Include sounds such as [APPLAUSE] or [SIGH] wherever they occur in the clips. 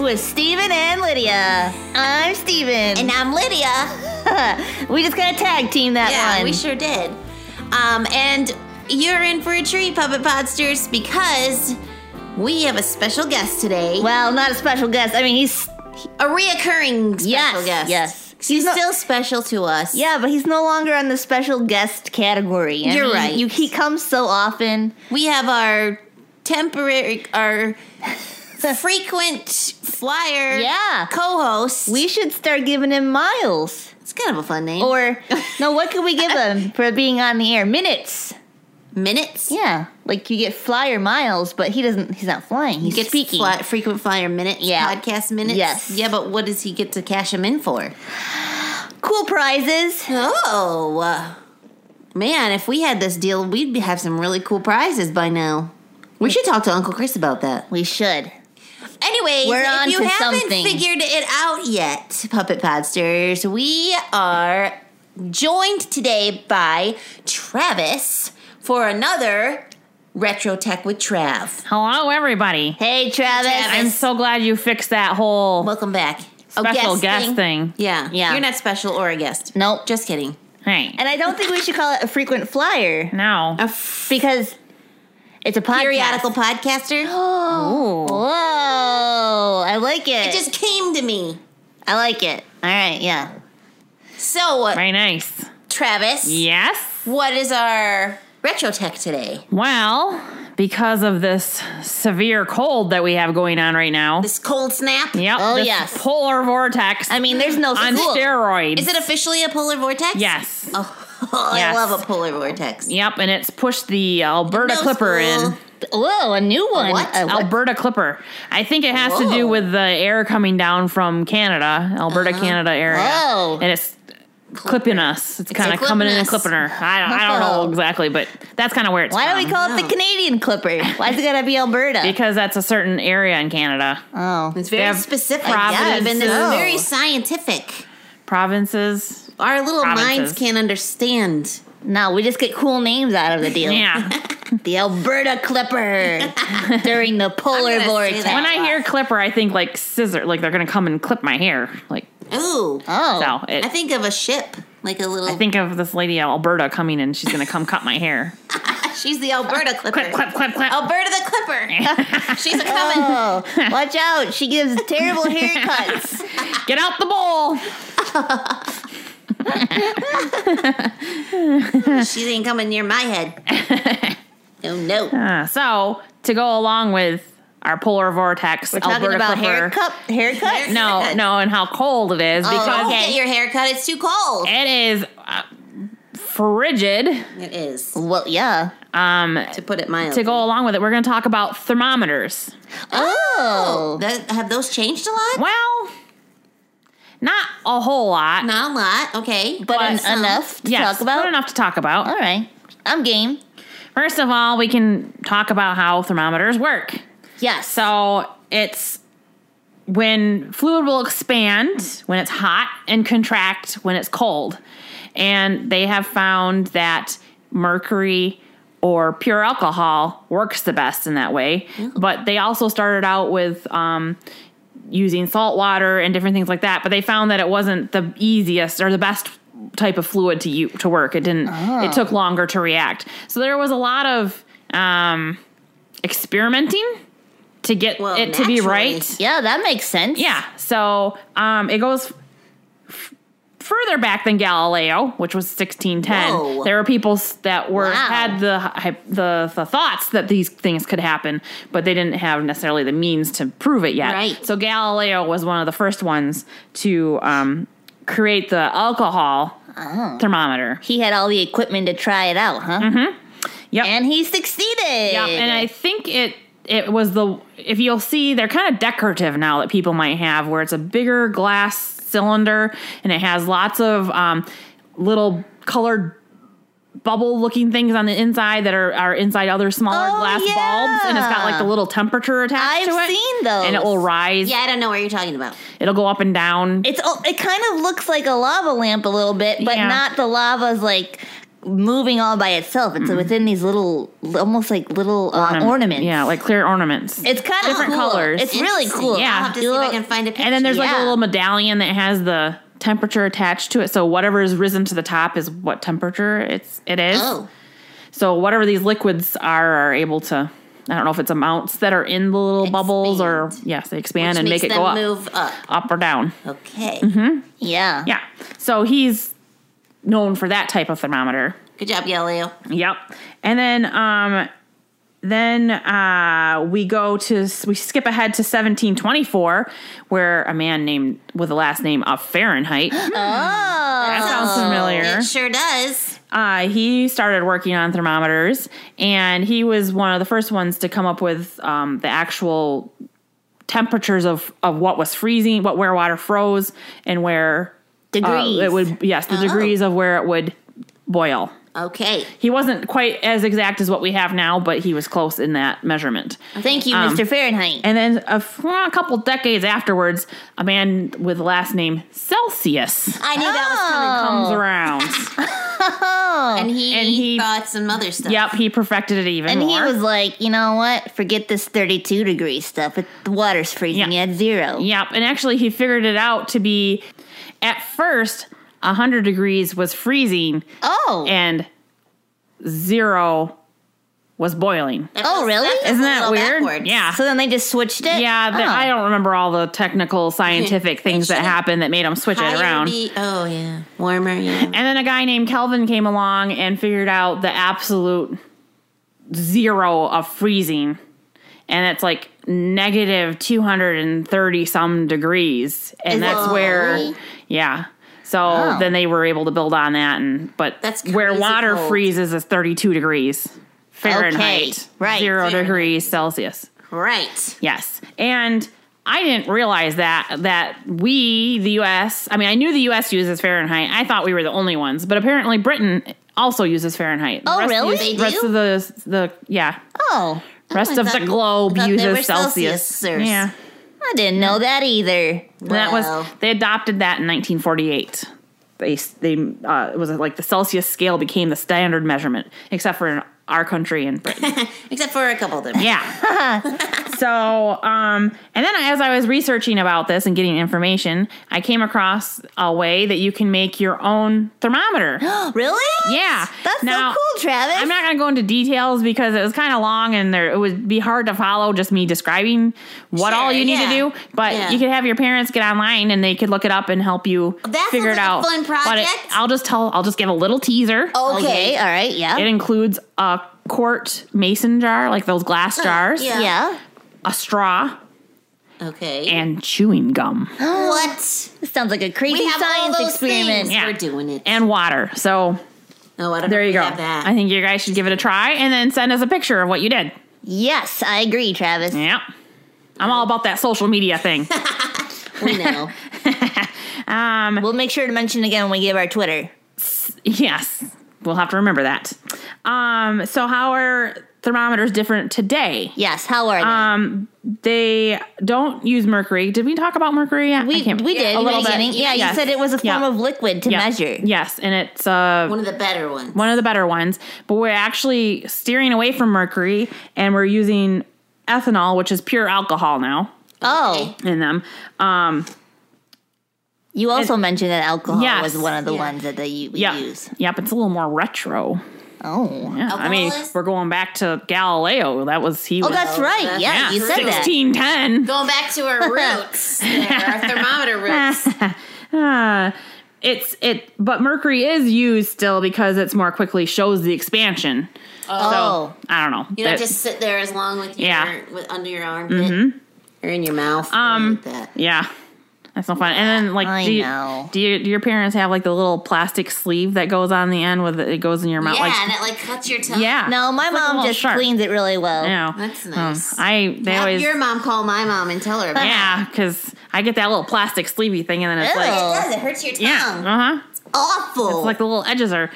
with Steven and Lydia. I'm Steven. And I'm Lydia. we just kind of tag team that yeah, one. we sure did. Um, and you're in for a treat, Puppet Podsters, because we have a special guest today. well, not a special guest. I mean, he's a reoccurring special yes, guest. yes. She's no- still special to us. yeah, but he's no longer on the special guest category. I You're mean, right. You, he comes so often. We have our temporary, our frequent flyer Yeah. co-host. We should start giving him miles, it's kind of a fun name. [LAUGHS] or no? What could we give him for being on the air? Minutes. minutes. Yeah, like you get flyer miles, but he doesn't. He's not flying. He's Gets speaking. fly- frequent flyer minutes, Yeah. podcast minutes. Yes. Yeah, but what does he get to cash him in for? cool prizes. Oh, uh, man, if we had this deal, we'd be- have some really cool prizes by now. We should talk to Uncle Chris about that. We should. Anyways, We're if on you to haven't something. figured it out yet, Puppet Podsters, we are joined today by Travis for another Retro Tech with Trav. Hello, Oh, everybody. Hey, Travis. Travis. I'm so glad you fixed that whole. Welcome back. Oh, A Special guest thing. Yeah. Yeah. You're not special or a guest. Nope. Just kidding. hey, And I don't think we should call it a frequent flyer no. A f- because it's a podcast. periodical podcaster? Oh. Ooh. Whoa. I like it. It just came to me. I like it. All right. Yeah. So, uh, Very nice. Travis, Yes. what is our retro tech today? Well, because of this severe cold that we have going on right now. This cold snap? yep. Oh, this yes. Polar vortex. I mean, there's no on school. steroids. Is it officially a polar vortex? yes. Oh, [LAUGHS] I Yes. love a polar vortex. Yep. And it's pushed the Alberta No Clipper school. in. Whoa, a new one. what? A what? Alberta Clipper. I think it has to Whoa. do with the air coming down from Canada, Alberta, Canada area. Whoa. And it's clipping us. It's kind of clipping coming in and us. clipping her. I, I don't Oh. know exactly, but that's kind of where it's Why don't we from. call it Wow. the Canadian Clipper? Why's it gotta be Alberta? Because that's a certain area in Canada. oh. It's very have specific. provinces. and it's Oh. very scientific. Provinces. Our little Provinces. minds can't understand. No, we just get cool names out of the deal. Yeah. The Alberta Clipper during the polar gonna say vortex. that. when I hear clipper, I think like scissor, like they're going to come and clip my hair. Like, Ooh. Oh. so it, I think of a ship, like a little. I think of this lady Alberta coming in. She's going to come cut my hair. she's the Alberta Clipper. Clip, clip, clip, clip. Alberta the [LAUGHS] Clipper. she's a coming. [LAUGHS] Oh, [LAUGHS] watch out. She gives terrible haircuts. Get out the bowl. She ain't coming near my head. [LAUGHS] oh no. Uh, so to go along with our polar vortex, We're talking Alberta about Clipper. haircut, haircuts. No, no, and how cold it Oh, is because Don't okay. get your hair cut. It's too cold. it is uh, frigid. It is. Well, yeah. Um, To put it mildly. to go along with it, we're going to talk about thermometers. Oh. Oh, that, have those changed a lot? Well, not a whole lot. Not a lot. Okay. but But en- some- enough to Yes, talk about. not enough to talk about. All right, I'm game. First of all, we can talk about how thermometers work. Yes. So it's when fluid will expand when it's hot and contract when it's cold. And they have found that mercury or pure alcohol works the best in that way. But they also started out with um, using salt water and different things like that. But they found that it wasn't the easiest or the best type of fluid to you to work. It didn't. Ah. It took longer to react. So there was a lot of um, experimenting to get Well, it to be naturally. right. yeah, that makes sense. Yeah. So um, it goes f- further back than Galileo, which was 1610. Whoa. There were people s- that were Wow. had the, hy- the the thoughts that these things could happen, but they didn't have necessarily the means to prove it yet. Right. So Galileo was one of the first ones to um, create the alcohol thermometer. He had all the equipment to try it out, huh? Mm-hmm. Yep. And he succeeded. Yeah, and I think it it was the if you'll see they're kind of decorative now that people might have where it's a bigger glass cylinder and it has lots of um, little colored bubble looking things on the inside that are, are inside other smaller Oh, glass yeah. bulbs and it's got like the little temperature I've attached to it seen those. and it will rise Yeah, I don't know what you're talking about. it'll go up and down it's all- it kind of looks like a lava lamp a little bit, but Yeah. not the lava's like moving all by itself. Mm-hmm. It's within these little, almost like little uh, ornaments. Yeah, like clear ornaments. It's kind of Different cool. colors. It's really Interesting. cool. Yeah. I'll have to see if I can find a picture. and then there's like yeah. a little medallion that has the temperature attached to it. So whatever is risen to the top is what temperature it's it is. oh, So whatever these liquids are are able to I don't know if it's amounts that are in the little bubbles or yes, they expand and makes make it them go up Mm-hmm. move up. up or down. Okay, Yeah. Yeah. Uh, So he's known for that type of thermometer. good job, Galileo. Yep. And then um then uh we go to we skip ahead to 1724 where a man named with the last name [GASPS] of Fahrenheit. Oh. That sounds familiar. It sure does. Uh he started working on thermometers and he was one of the first ones to come up with um the actual temperatures of of what was freezing, what where water froze and where uh, Degrees. it would yes, Oh. the degrees of where it would boil Okay, he wasn't quite as exact as what we have now, but he was close in that measurement. Thank you, Mr. Fahrenheit. Um, And then a, f- a couple decades afterwards, a man with the last name Celsius I knew that Oh. was coming. comes around. Oh. [LAUGHS] And he, And he- brought some other stuff. yep, he perfected it even And more. he was like, you know what? Forget this 32 degree stuff. It, the water's freezing Yeah. at zero. Yep. And actually, he figured it out to be at first, 100 degrees was freezing Oh. and zero was boiling. That Oh, was- really? that was Isn't a that little weird? backwards. Yeah. So then they just switched it? yeah, the, Oh. I don't remember all the [LAUGHS] technical scientific things that should've happened that made him switch Higher it around. be- oh yeah, warmer. Yeah. And then a guy named Kelvin came along and figured out the absolute zero of freezing. And it's like negative 230 some degrees. And Is it that's where, really? yeah. So then they were able to build on that. And, but That's where crazy water cold. freezes is 32 degrees Fahrenheit, right, zero Fahrenheit. degrees Celsius. Right. Yes. And I didn't realize that that we, the US, I mean I knew the US uses Fahrenheit. I thought we were the only ones, but apparently Britain also uses Fahrenheit. The Oh, rest really? Of, They do? Rest of the the yeah. Oh, Rest I of thought- the globe I thought they uses were Celsius. Celsiusers. Yeah. I didn't know that either. And that Wow. was they adopted that in 1948. They they uh, it was like the Celsius scale became the standard measurement except for in our country and Britain. Except for a couple of them. Yeah. [LAUGHS] so, um, and then as I was researching about this and getting information, I came across a way that you can make your own [GASPS] thermometer. Really? yeah. That's Now, so cool, Travis. I'm not going to go into details because it was kind of long and there it would be hard to follow just me describing what all Sure, you need yeah. to do. But Yeah. you could have your parents get online and they could look it up and help you that figure it sounds like a fun out. But it- project. Oh. I'll just tell. I'll just give a little teaser. okay. All right. Yeah. Oh, It includes a quart mason jar, like those glass jars yeah. yeah. a straw, Okay. and chewing gum what? This sounds like a We crazy have all science those experiment. things. Yeah. We're doing it. and water. So oh, I don't there know if you we go. Have that. [LAUGHS] I think you guys should give it a try and then send us a picture of what you did. Yes, I agree, Travis. Yep. I'm all about that social [LAUGHS] media thing. we know. We'll make sure to mention again when we give our Twitter. yes. We'll have to remember that. Um, so how are thermometers different today? Yes, how are they? Um, They don't use mercury. Did we talk about mercury yet? I we can't- we did in the little bit. beginning. Yeah, Yes. you said it was a Yeah. form of liquid to Yeah. measure. Yes, and it's uh One of the better ones. one of the better ones. But we're actually steering away from mercury and we're using ethanol, which is pure alcohol now Oh, in them. Um, you also mentioned that alcohol Yes. was one of the Yeah. ones that they u- we yeah. use. Yep, it's a little more retro. Oh, Yeah, I mean, Alcohol is- we're going back to Galileo. That was he oh, was that's right. that's- yeah, yeah, you said that. 1610. Going back to [LAUGHS] our roots, there, our thermometer roots. Ah, it's it but mercury is used still because it's more quickly shows the expansion. Oh, I don't know. You don't That- just sit there as long with your Yeah. Mm-hmm. with, under your armpit or in your mouth. Um, like that. Yeah. That's no fun. And then, like, I do, you, know. do, you, do your parents have like the little plastic sleeve that goes on the end with it, it goes in your mouth? yeah, like, and it like cuts your tongue. yeah. no, my It's like a mom little just shark. cleans it really well. I know. That's Um, nice. I they Have always your mom call my mom and tell her. About yeah, because I get that little plastic sleevey thing, and then it's It. like it Oh. does. It hurts your tongue. yeah, uh huh. Awful. It's like the little edges are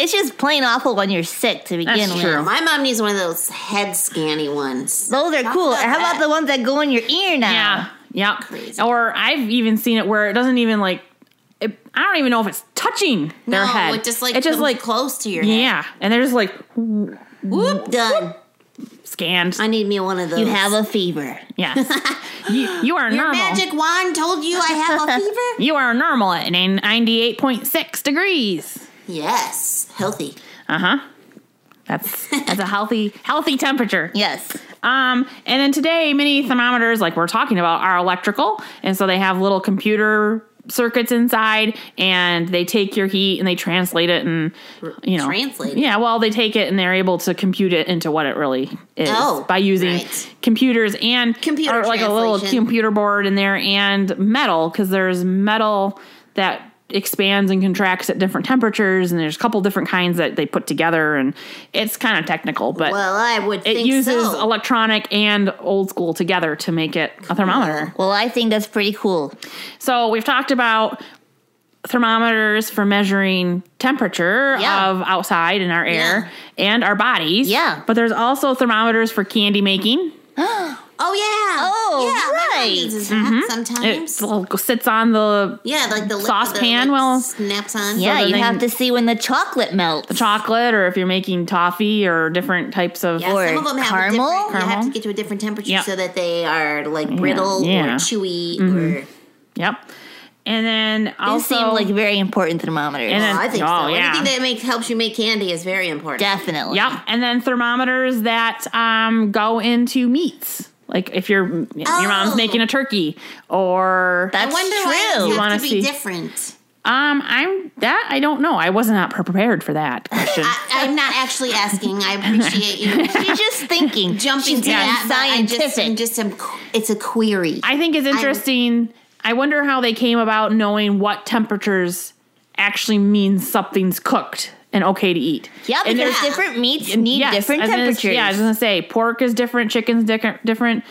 It's just plain awful when you're sick to begin with. true. my mom needs one of those head scanny ones. Those are cool. about How about that? the ones that go in your ear now? yeah, yeah. Crazy. Or I've even seen it where it doesn't even like it, I don't even know if it's touching their no, head. it just like it just comes like close to your head. yeah, and they're just like Whoop done. scanned. I need me one of those. You have a fever. yes, [LAUGHS] you, you are Your normal. magic wand told you I have [LAUGHS] a fever? You are normal at ninety eight point six degrees. Yes. Healthy. Uh huh. That's that's a healthy healthy temperature. Yes. Um, and then today, mini thermometers, like we're talking about, are electrical, and so they have little computer circuits inside, and they take your heat and they translate it, and you know, Translate it? Yeah, well, they take it and they're able to compute it into what it really is Oh, by using right. computers and Computer or like a little translation. computer board in there and metal because there's metal that expands and contracts at different temperatures and there's a couple different kinds that they put together and it's kind of technical but Well, I would it think uses so. electronic and old school together to make it a thermometer. Well, I think that's pretty cool. So we've talked about thermometers for measuring temperature Yeah. of outside in our air and our bodies. Yeah. But there's also thermometers for candy making. oh yeah. Oh, yeah, my mom right. Mm-hmm. uses that sometimes. It l- sits on the yeah, like the lip of the saucepan lip will- snaps on. Yeah, then you they- have to see when the chocolate melts. chocolate or if you're making toffee or different types of Yeah, Or some of them have a caramel? different- You have Caramel? to get to a different temperature Yep. so that they are like brittle yeah. or chewy Mm-hmm. or. Yep. And then These also seem like very important thermometers. And then- I think Oh, so. yeah. Anything that makes helps you make candy is very important. Definitely. Yep. And then thermometers that um, go into meats. Like if your your mom's Oh. making a turkey or That's I wonder why true. it You wanna has to be see- different. um I'm that I don't know. I was not prepared for that [LAUGHS] question. I, I'm not actually asking. I appreciate you She's just thinking. [LAUGHS] jumping She's to that. but I just, scientific. I'm just a, it's a query. I think it's interesting. I, wonder how they came about knowing what temperatures actually means something's cooked and okay to eat. yeah, and because there's- different meats need different I was gonna- temperatures. yeah, I was gonna say pork is different, chicken's different, different.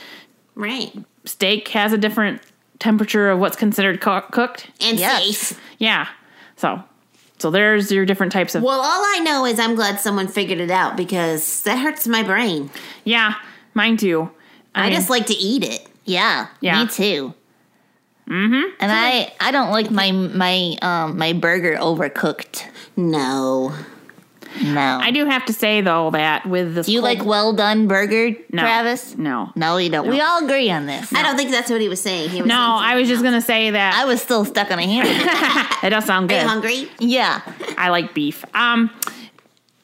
right. Steak has a different temperature of what's considered co- cooked. And Yes. safe. Yeah. So, so there's your different types of. Well, all I know is I'm glad someone figured it out because that hurts my brain. yeah, mine too. I, mean, just like to eat it. Yeah, Yeah. me too. Mm-hmm. And I, I don't like my my um my burger overcooked. No. No. I do have to say though that with this, do you cold- like well done burger, no, Travis? No, No, you don't. We all agree on this. I don't think that's what he was saying. He was no. saying I was just gonna say that I was still stuck on a hamburger. it does sound good. something hungry. yeah. I like beef. Um,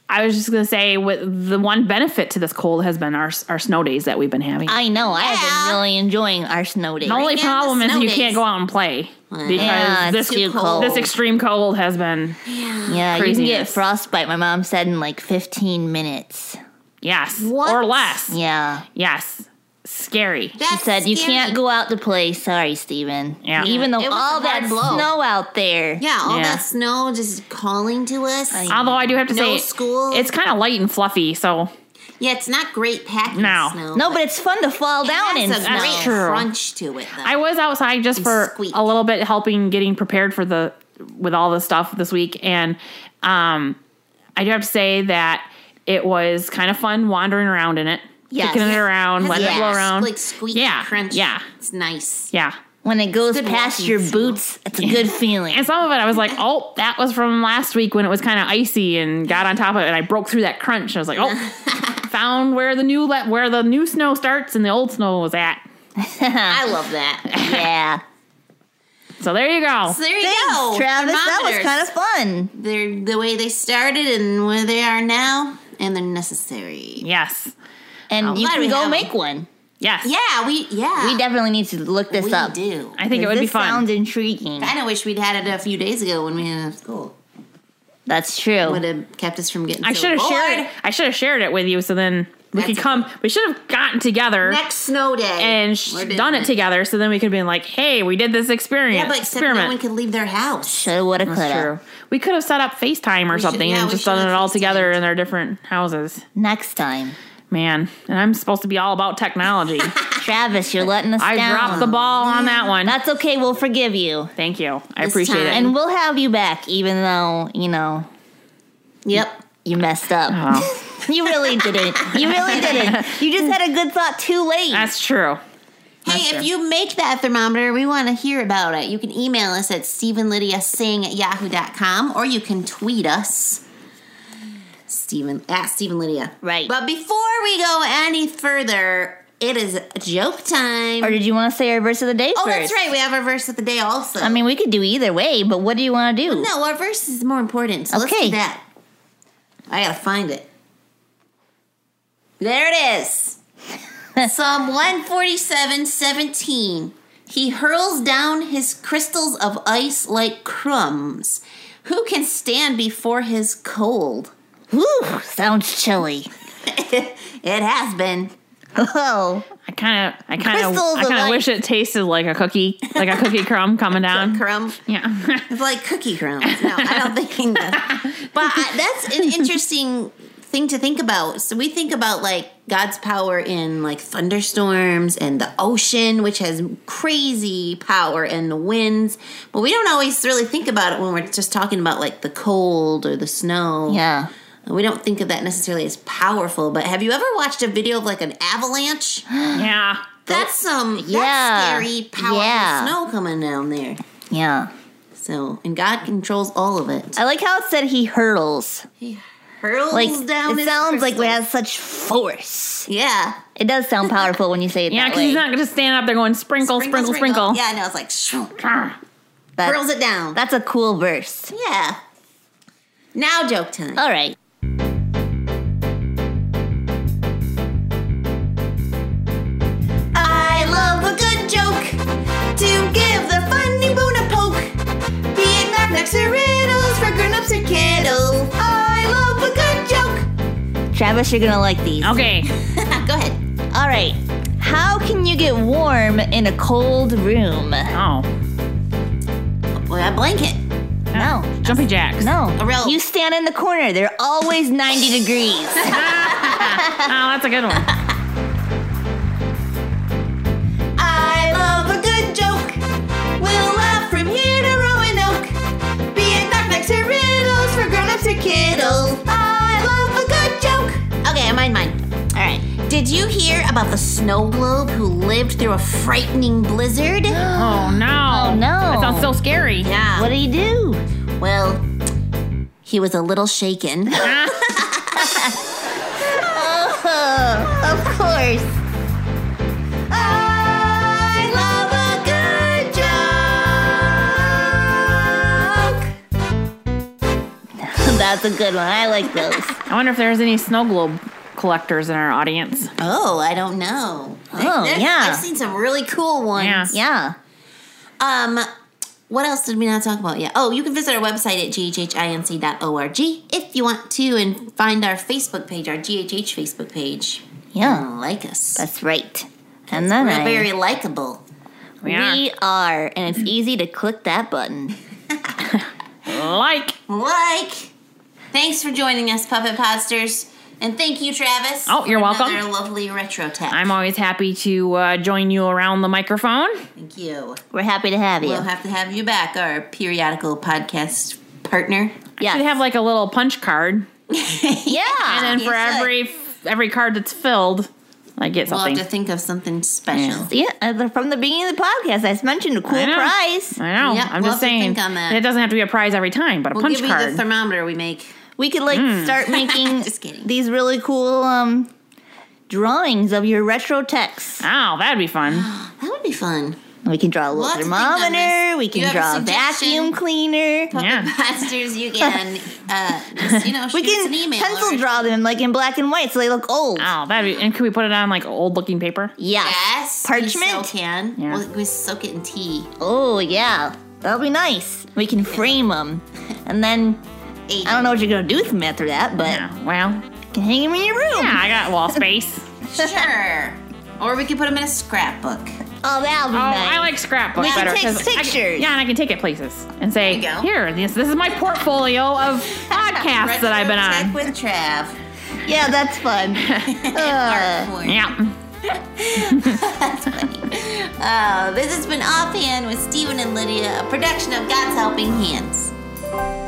I was just gonna say with the one benefit to this cold has been our our snow days that we've been having. I know. I have Yeah. been really enjoying our snow day. the only Bring in the problem is snow you days. can't go out and play because yeah, this it's too cold. this extreme cold has been yeah, you can get craziness. frostbite. My mom said in like 15 minutes. yes What? or less. Yeah. Yes, scary. She That's said you scary. can't go out to play. Sorry, Steven. Yeah. Even though It was a all hard that blow. snow out there. Yeah, all Yeah. that snow just calling to us. Although I do have to No say, school. It's kind of light and fluffy, so yeah, it's not great packing No. snow. No, but it's fun to fall down in It has a snow. great True. crunch to it, though. I was outside just for squeak. a little bit, helping getting prepared for the with all the stuff this week, and um, I do have to say that it was kind of fun wandering around in it, Yes. kicking it Yes. around, Has letting that it blow around, Like squeak, Yeah, crunch. yeah. it's nice. yeah. When it goes Good past walking your snow. boots, it's a good feeling. [LAUGHS] And some of it, I [LAUGHS] was like, "Oh, that was from last week when it was kind of icy and got on top of it, and I broke through that crunch." I was like, [LAUGHS] "Oh, found where the new le- where the new snow starts and the old snow was at." I love [LAUGHS] that. yeah. So there you go. So there you Thanks, go, Travis. That was Thermometers. kind of fun. They're the way they started and where they are now, and they're necessary. Yes, And you glad can we go have make one. yes, Yeah, we yeah We definitely need to look this we up. do. I think it would this be fun. sounds intriguing. kind of wish we'd had it a few days ago when we had school. That's true. Would have kept us from getting. I so should have bored. shared. It. I should have shared it with you, so then we That's could come. We should have gotten together next snow day and sh- We're doing done it together, so then we could have been like, "Hey, we did this experience Yeah, but except no one experiment." could leave their house. Shoulda, woulda, That's coulda. true. We could have set up FaceTime or should- something yeah, and we just should done have it all FaceTimed. together in our different houses. Next time, Man, and I'm supposed to be all [LAUGHS] about technology. Travis, you're letting us I down. dropped the ball on that one. That's okay. We'll forgive you, Thank you. I This appreciate time. it. and we'll have you back, even though you know Yep. you messed up. [LAUGHS] Oh, You really didn't. You really didn't. You just had a good thought too late. that's true. Hey, Hey, thermometer. if you make that thermometer, we want to hear about it. You can email us at StephenLydiaSing at yahoo.com or you can tweet us. Stephen at Stephen Lydia. Right. But before we go any further, it is joke time. Or did you want to say our verse of the day oh, first? that's right. We have our verse of the day also. I mean, we could do either way, but what do you want to do? no, our verse is more important. So let's Okay. do that. I gotta find it. There it [LAUGHS] is. Psalm 147 17. He hurls down his crystals of ice like crumbs. Who can stand before his cold? Whew, sounds chilly. [LAUGHS] It has been. Oh, I kind of, I kind of, Crystals I kind of of wish it tasted like a cookie, like a cookie [LAUGHS] crumb coming down. Crumb. Yeah. [LAUGHS] It's like cookie crumbs. No, I don't think he [LAUGHS] does. But I, that's an interesting thing to think about. So we think about like God's power in like thunderstorms and the ocean, which has crazy power, and the winds. But we don't always really think about it when we're just talking about like the cold or the snow. yeah. We don't think of that necessarily as powerful. But have you ever watched a video of like an avalanche? [GASPS] yeah. That's some Oh, Yeah. that's scary, powerful Yeah. snow coming down there. Yeah. So, and God controls all of it. I like how it said he hurls. hurls Like down. it his sounds like crystal. we have such force. Yeah. It does sound powerful when you say it Yeah, that because way. he's not going to stand up there going Oh, sprinkle, sprinkle, sprinkle. Yeah, I know. It's like shoo, Yeah. That- hurls it down. That's a cool verse. yeah. Now joke time. All right. I love a good joke to give the funny bone a poke. Being knacks or riddles for grown-ups or kiddos. I love a good joke. Travis, you're going to like these. Okay. Go ahead. All right. How can you get warm in a cold room? Oh, Boy, a blanket. No. jumpy jacks. No. A rope. You stand in the corner. They're always 90 degrees. Oh, that's a good one. [LAUGHS] I love a good joke. We'll laugh from here to Roanoke. Be it knock-knocks or riddles for grown-ups or kiddos. I love a good joke. Okay, mine, mine. All right. Did you hear about the snow globe who lived through a frightening [GASPS] blizzard? Oh, no. Oh, no. That sounds so scary. [LAUGHS] yeah. what do you do? [LAUGHS] Well, he was a little [LAUGHS] shaken. of course. I love a good joke. That's a good one. I like those. [LAUGHS] I wonder if there's any snow globe collectors in our audience. Oh, I don't know. Oh, There's- yeah. I've seen some really cool ones. Yeah. Yeah. Um, what else did we not talk about yet? Oh, you can visit our website at ghhinc.org if you want to and find our Facebook page, our GHH Facebook page. Yeah. And like us. That's right. And then We're I, very likable. We are. we are, and it's easy to click that button. Like. Like. Thanks for joining us, Puppet Podsters. And thank you, Travis. Oh, you're for welcome. Another lovely retro tech. I'm always happy to uh, join you around the microphone. thank you. We're happy to have you. We'll have to have you back, our periodical podcast partner. yes. Should have like a little punch card, [LAUGHS] yeah. and you for should. every every card that's filled, I get We'll something. have to think of something special. yeah. and the- From the beginning of the podcast, I mentioned a cool I know. prize. I know. Yep, I'm we'll just have to saying. think on that. It doesn't have to be a prize every time, but a We'll punch give you card. the thermometer we make. We could like start making Mm. [LAUGHS] Just kidding. these really cool um, drawings of your retro texts. oh, that'd be fun. [SIGHS] That would be fun. We can draw a little Lots of things on thermometer. this. We Do can you have a draw a suggestion? vacuum cleaner. [LAUGHS] yeah. Pastors, you can, uh, just, you know, shoot We us an can email. pencil or- draw them like in black and white so they look old. Oh, that'd be. And could we put it on like old looking paper? Yes. Yes, We so Parchment? can. Yeah. We'll, we soak it in tea. Oh, yeah. That'll be nice. We can frame them. And then Eight. I don't know what you're going to do with them after that, but Yeah. Well. you can hang them in your room. Yeah, I got [LAUGHS] wall space. Sure. or we could put them in a scrapbook. Oh, that'll be Oh, nice. I like scrapbook We can better. take 'cause I pictures. yeah, and I can take it places and say, There you go. here, this, this is my portfolio of [LAUGHS] podcasts that I've been Retro Tech on. with Trav. yeah, [LAUGHS] that's fun. Uh, Artwork. Yeah. Uh, this has been Offhand with Stephen and Lydia, a production of God's Helping Hands.